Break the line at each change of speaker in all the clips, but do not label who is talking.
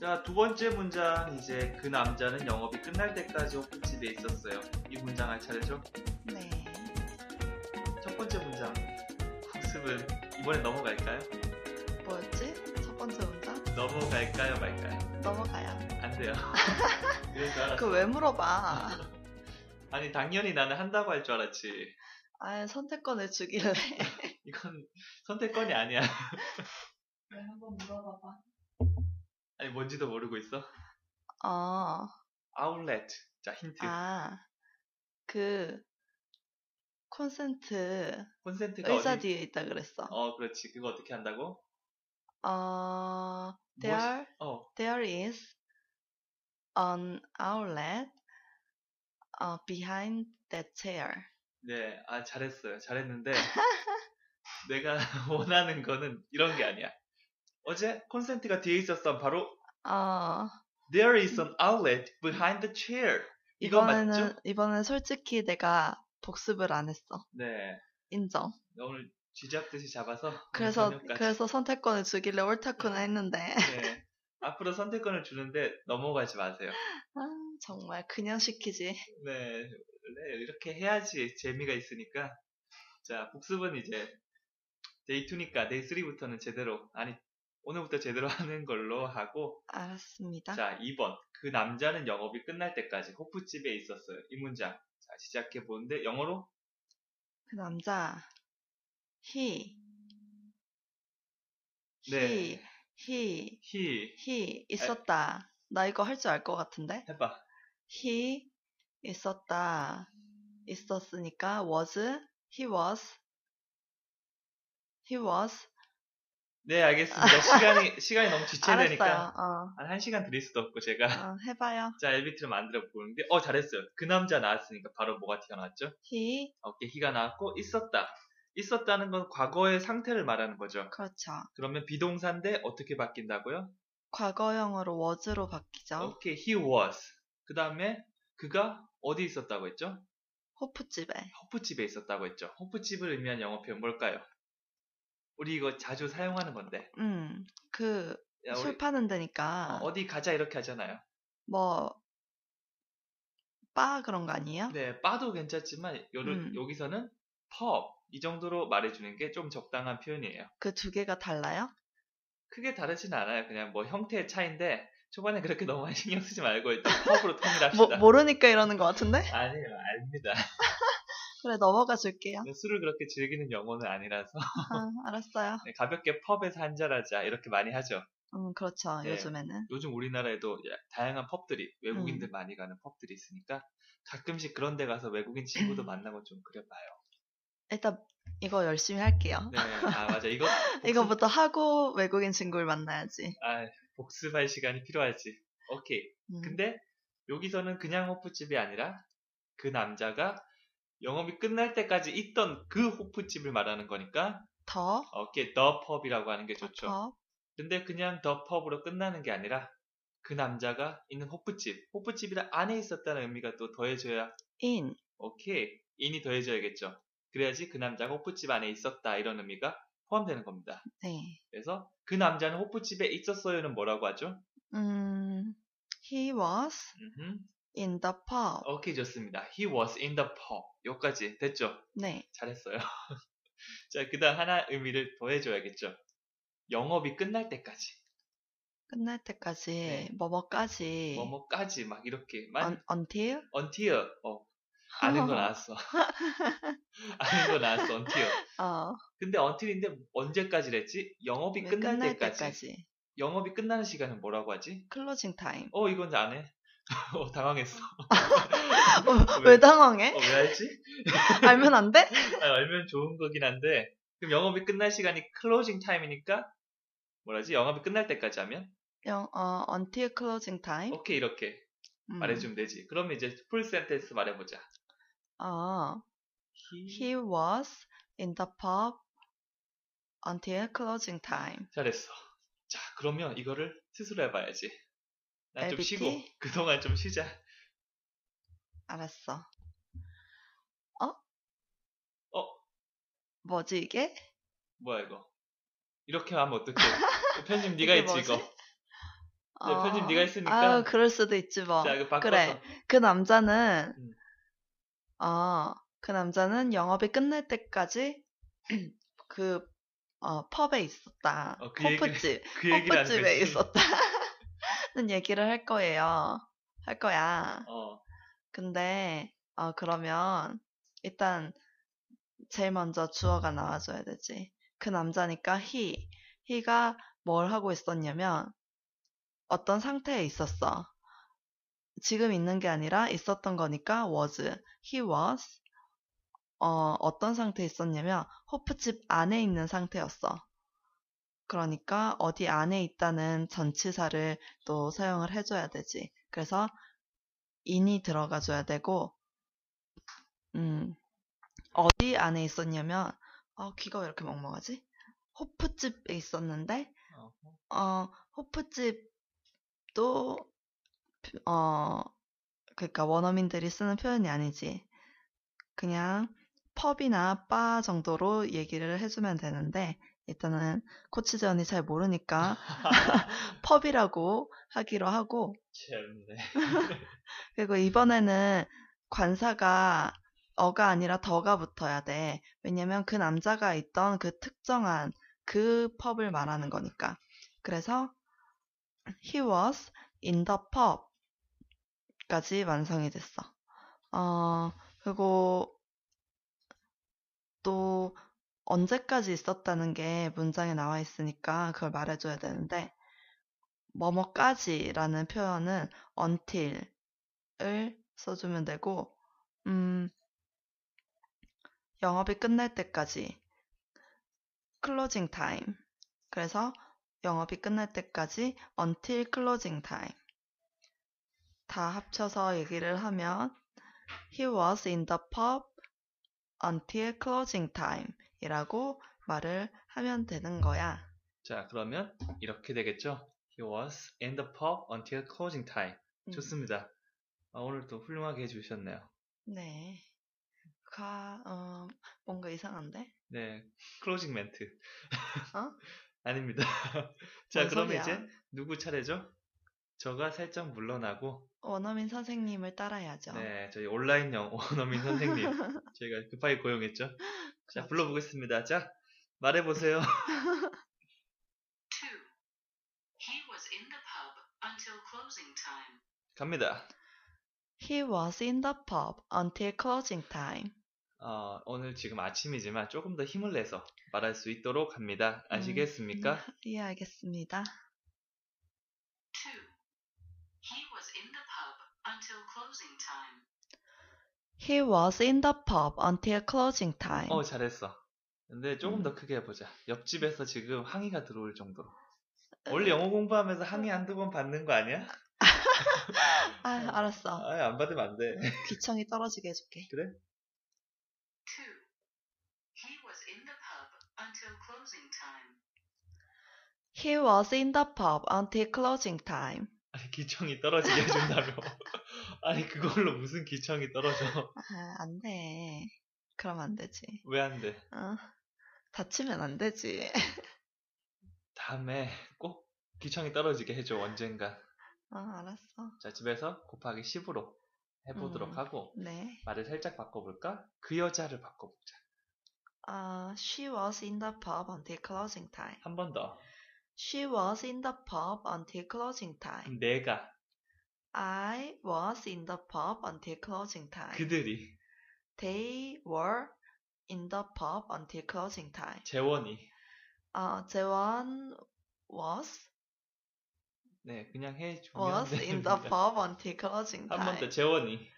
자, 두 번째 문장. 이제 그 남자는 영업이 끝날 때까지 호프집에 있었어요. 이 문장 할 차례죠?
네.
첫 번째 문장. 학습을 이번엔 넘어갈까요?
뭐였지? 첫 번째 문장?
넘어갈까요, 말까요?
넘어가요.
안 돼요. 이럴 줄 알았어.
그 왜 물어봐?
아니, 당연히 나는 한다고 할 줄 알았지.
아, 선택권을 주길래.
이건 선택권이 아니야.
왜 한번 물어봐봐.
아니, 뭔지도 모르고 있어.
어,
아울렛. 자, 힌트.
아, 그, 콘센트
콘센트가
의자
그러니까 어디?
뒤에 있다 그랬어.
어, 그렇지. 그거 어떻게 한다고?
어,
무엇이-
there,
어,
there is an outlet 어, behind that chair.
네. 아, 잘했어요. 잘했는데 내가 원하는 거는 이런 게 아니야. 어제 콘센트가 뒤에 있었던 바로
어,
There is an outlet behind the chair. 이거
이번에는,
맞죠?
이번엔 솔직히 내가 복습을 안 했어.
네.
인정.
오늘 쥐잡듯이 잡아서 오늘
그래서, 그
저녁까지.
그래서 선택권을 주길래 옳다쿠는
예.
했는데.
네. 앞으로 선택권을 주는데 넘어가지 마세요.
아, 정말 그냥 시키지.
네, 원래 이렇게 해야지 재미가 있으니까. 자, 복습은 이제 데이 2니까 데이 3부터는 제대로, 아니, 오늘부터 제대로 하는 걸로 하고,
알았습니다.
자, 2번. 그 남자는 영업이 끝날 때까지 호프집에 있었어요. 이 문장. 자, 시작해 보는데, 영어로
그 남자, he,
네.
he, he,
he
he 있었다. 나 이거 할 줄 알 것 같은데?
해봐.
he 있었다. 있었으니까 was, he was, he was.
네, 알겠습니다. 시간이, 시간이 너무 지체되니까.
아. 알았어요.
한 1시간 드릴 수도 없고,
어,
제가.
어, 해봐요.
자, 엘비트를 만들어 보는데, 어, 잘했어요. 그 남자 나왔으니까 바로 뭐가 튀어나왔죠?
he,
어깨 히가 나왔고 있었다. 있었다는 건 과거의 상태를 말하는 거죠.
그렇죠.
그러면 비동사인 데 어떻게 바뀐다고요?
과거형으로 was로 바뀌죠.
오케이, he was. 그 다음에 그가 어디 있었다고 했죠?
호프집에.
호프집에 있었다고 했죠. 호프집을 의미한 영어 표현 뭘까요? 우리 이거 자주 사용하는 건데.
음, 그,
야, 우리
술 파는 데니까.
어디 가자 이렇게 하잖아요.
뭐, 바 그런 거 아니에요?
네, 바도 괜찮지만 요를-
음.
여기서는 pub 이 정도로 말해주는 게 좀 적당한 표현이에요.
그 두 개가 달라요?
크게 다르진 않아요. 그냥 뭐 형태의 차이인데 초반에 그렇게 너무 많이 신경 쓰지 말고 일단 펍으로 통일합시다.
뭐 모, 모르니까 이러는 것 같은데?
아니에요, 압니다.
그래, 넘어가 줄게요.
술을 그렇게 즐기는 영혼은 아니라서
아, 알았어요.
네, 가볍게 펍에서 한잔하자 이렇게 많이 하죠.
음, 그렇죠.
네.
요즘에는.
요즘 우리나라에도 야- 다양한 펍들이 외국인들
음.
많이 가는 펍들이 있으니까 가끔씩 그런 데 가서 외국인 친구도 만나고 좀 그래봐요.
일단, 이거 열심히 할게요.
네, 아 맞아 이거 복습,
이거부터 뭐 하고 외국인 친구를 만나야지.
아, 복습할 시간이 필요하지. 오케이.
음,
근데 여기서는 그냥 호프집이 아니라 그 남자가 영업이 끝날 때까지 있던 그 호프집을 말하는 거니까
더,
어깨 더 펍이라고 하는 게 좋죠.
더,
근데 그냥 더 펍으로 끝나는 게 아니라 그 남자가 있는 호프집, 호프집이라 안에 있었다는 의미가 또 더해져야
in,
오케이 인이 더해져야겠죠. 그래야지 그 남자가 호프집 안에 있었다 이런 의미가 포함되는 겁니다.
네.
그래서 그 남자는 호프집에 있었어요는 뭐라고 하죠?
음, he was
음흠.
in the pub.
오케이 좋습니다. He was in the pub. 여기까지 됐죠?
네.
잘했어요. 자, 그다음 하나 의미를 더해줘야겠죠. 영업이 끝날 때까지,
끝날 때까지,
네.
뭐뭐까지,
뭐뭐까지 막 이렇게만
un, until,
until 어 아는 거 나왔어. 아는 거 나왔어 until.
어,
근데 until인데 언제까지랬지? 영업이
네,
끝날,
끝날
때까지. 영업이 끝나는 시간은 뭐라고 하지?
클로징 타임.
어 이건 안 해. 어, 당황했어.
어,
아, 뭐, 왜?
왜 당황해?
어, 왜 알지?
알면 안 돼?
아, 알면 좋은 거긴 한데 그럼 영업이 끝날 시간이 클로징 타임이니까 뭐라지? 영업이 끝날 때까지 하면?
영, 어, until closing time.
오케이 이렇게
음.
어, 말해주면 되지. 그럼 이제 풀 센텐스 말해보자.
어,
히-
he was in the pub until closing time.
잘했어. 자 그러면 이거를 스스로 해봐야지. 난 좀
LBT?
쉬고 그동안 좀 쉬자.
알았어. 어?
어?
뭐지 이게?
뭐야 이거? 이렇게 하면 어떡해? 편집
이게
네가 했지
뭐지?
이거. 야, 편집 네가 했으니까.
어. 아유, 그럴 수도 있지 뭐.
자, 이거 바꿔서.
그래. 그 남자는
음.
아, 그 남자는 영업이 끝날 때까지 그 어, 펍에 있었다.
어, 그 얘기를-
호프집,
그 얘기를 안
호프집에
했지.
있었다. 는 얘기를 할 거예요. 할 거야.
어,
근데 어, 그러면 일단 제일 먼저 주어가 나와줘야 되지. 그 남자니까 he. he가 뭘 하고 있었냐면 어떤 상태에 있었어. 지금 있는 게 아니라 있었던 거니까 was. he was 어, 어떤 상태에 있었냐면 호프집 안에 있는 상태였어. 그러니까 어디 안에 있다는 전치사를 또 사용을 해줘야 되지. 그래서 인이 들어가줘야 되고, 음, 어디 안에 있었냐면, 아, 귀가 왜 이렇게 먹먹하지? 호프집에 있었는데,
어,
어, 호프집도, 어, 그러니까 원어민들이 쓰는 표현이 아니지. 그냥 펍이나 바 정도로 얘기를 해주면 되는데, 일단은 코치제 언니 잘 모르니까 펍이라고 하기로 하고,
재밌네.
그리고 이번에는 관사가 어가 아니라 더가 붙어야 돼. 왜냐면 그 남자가 있던 그 특정한 그 펍을 말하는 거니까. 그래서 he was in the pub까지 완성이 됐어. 어, 그리고 또 언제까지 있었다는 게 문장에 나와 있으니까 그걸 말해줘야 되는데 뭐뭐까지라는 표현은 until 을 써주면 되고, 음, 영업이 끝날 때까지, closing time. 그래서 영업이 끝날 때까지 until closing time. 다 합쳐서 얘기를 하면, he was in the pub until closing time 이라고 말을 하면 되는 거야.
자, 그러면 이렇게 되겠죠? He was in the pub until closing time.
음,
좋습니다. 아, 오늘도 훌륭하게 해주셨네요.
네. 가, 어, 뭔가 이상한데?
네, 클로징 멘트.
어?
아닙니다. 자,
뭔
그러면
소리야?
이제 누구 차례죠? 저가 살짝 물러나고
원어민 선생님을 따라야죠.
네, 저희 온라인 영어 원어민 선생님 저희가 급하게 고용했죠. 자,
그렇죠.
불러보겠습니다. 자, 말해보세요.
Two. He was in the pub until closing time.
갑니다.
He was in the pub until closing time.
어, 오늘 지금 아침이지만 조금 더 힘을 내서 말할 수 있도록 합니다. 아시겠습니까?
음, 예, 알겠습니다.
Two. He was in the pub until closing time.
He was in the pub until closing time.
어, 잘했어. 근데 조금
네. 음.
더 크게 해보자. 옆집에서 지금 항의가 들어올 정도로. 원래 영어 공부하면서 항의 한두 번 받는 거 아니야?
아, 알았어.
아, 안 받으면 안 돼.
귀청이 떨어지게 해줄게.
Two. He was in the pub until closing time.
He was in the pub until closing time.
아니, 기청이 떨어지게 해준다며. 아니, 그걸로 무슨 기청이 떨어져.
아, 안 돼. 그럼 안 되지.
왜 안 돼?
어, 다치면 안 되지.
다음에 꼭 기청이 떨어지게 해줘, 언젠가.
어, 알았어.
자, 집에서 곱하기 10으로 해보도록
음.
하고,
네.
말을 살짝 바꿔볼까? 그 여자를 바꿔보자.
아, she was in the pub until closing time.
한 번 더.
She was in the pub until closing time.
내가,
I was in the pub until closing time.
그들이,
They were in the pub until closing time.
재원이.
아, 재원 was
네, 그냥 해주면
was in the pub until closing
한번 더,
time.
재원이.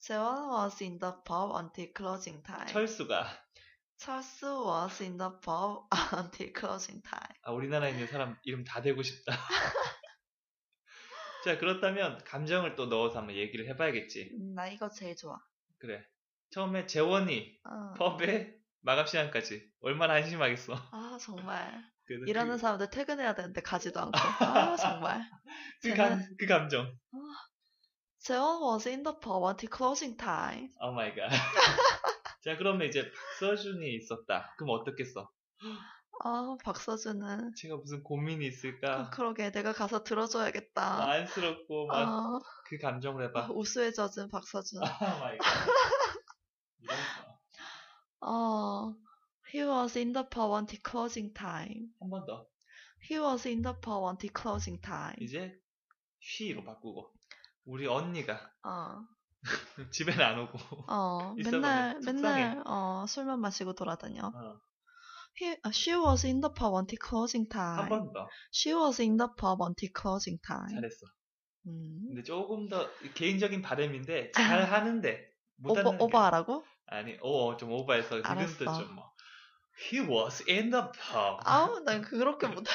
재원 was in the pub until closing time.
철수가.
철수 was in the pub until closing time.
아, 우리나라에 있는 사람 이름 다 되고 싶다. 자, 그렇다면 감정을 또 넣어서 한번 얘기를 해봐야겠지.
음, 나 이거 제일 좋아.
그래. 처음에 재원이
어.
펍에 마감 시간까지 얼마나 한심하겠어.
아 정말
그래서
일하는 사람들 퇴근해야 되는데 가지도 않고 아 정말
그, 그, 감, 그 감정.
재원 was in the pub until closing time
오 마이 갓. 자, 그러면 이제 박서준이 있었다. 그럼 어떻게 써?
아, 박서준은.
제가 무슨 고민이 있을까?
아, 그러게, 내가 가서
아,
들어줘야겠다.
안쓰럽고 막 그
아, 어.
감정을 해봐.
우수에 젖은 박서준.
아 마이 갓. 이런 거.
어, he was in the pub until closing time.
한번 더.
he was in the pub until closing time.
이제 쉬로 바꾸고. 우리 언니가
어,
집에는 안 오고.
어,
있어봐,
맨날,
속상해.
맨날, 어, 술만 마시고 돌아다녀.
어,
He, 아, she was in the pub until closing
한
time.
번 더.
she was in the pub until closing time.
잘했어.
음.
네. 근데 조금 더 개인적인 바램인데 잘 하는데
아. 오버,
못하는 게
오버하라고?
아니 어, 오좀 오버해서
알았어.
리듬도 좀 뭐. He was in the pub.
아우, 난 그렇게 못하.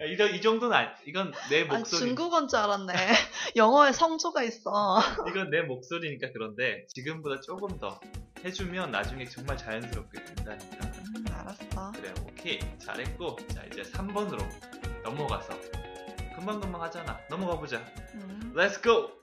이런 이 정도는 아니. 이건 내
아,
목소리.
중국어인 줄 알았네. 영어에 성조가 있어.
이건 내 목소리니까 그런데 지금보다 조금 더 해주면 나중에 정말 자연스럽게 된다니까.
음, 알았어.
그래 오케이 잘했고 자 이제 3번으로 넘어가서 금방금방 하잖아. 넘어가 보자.
음.
Let's go.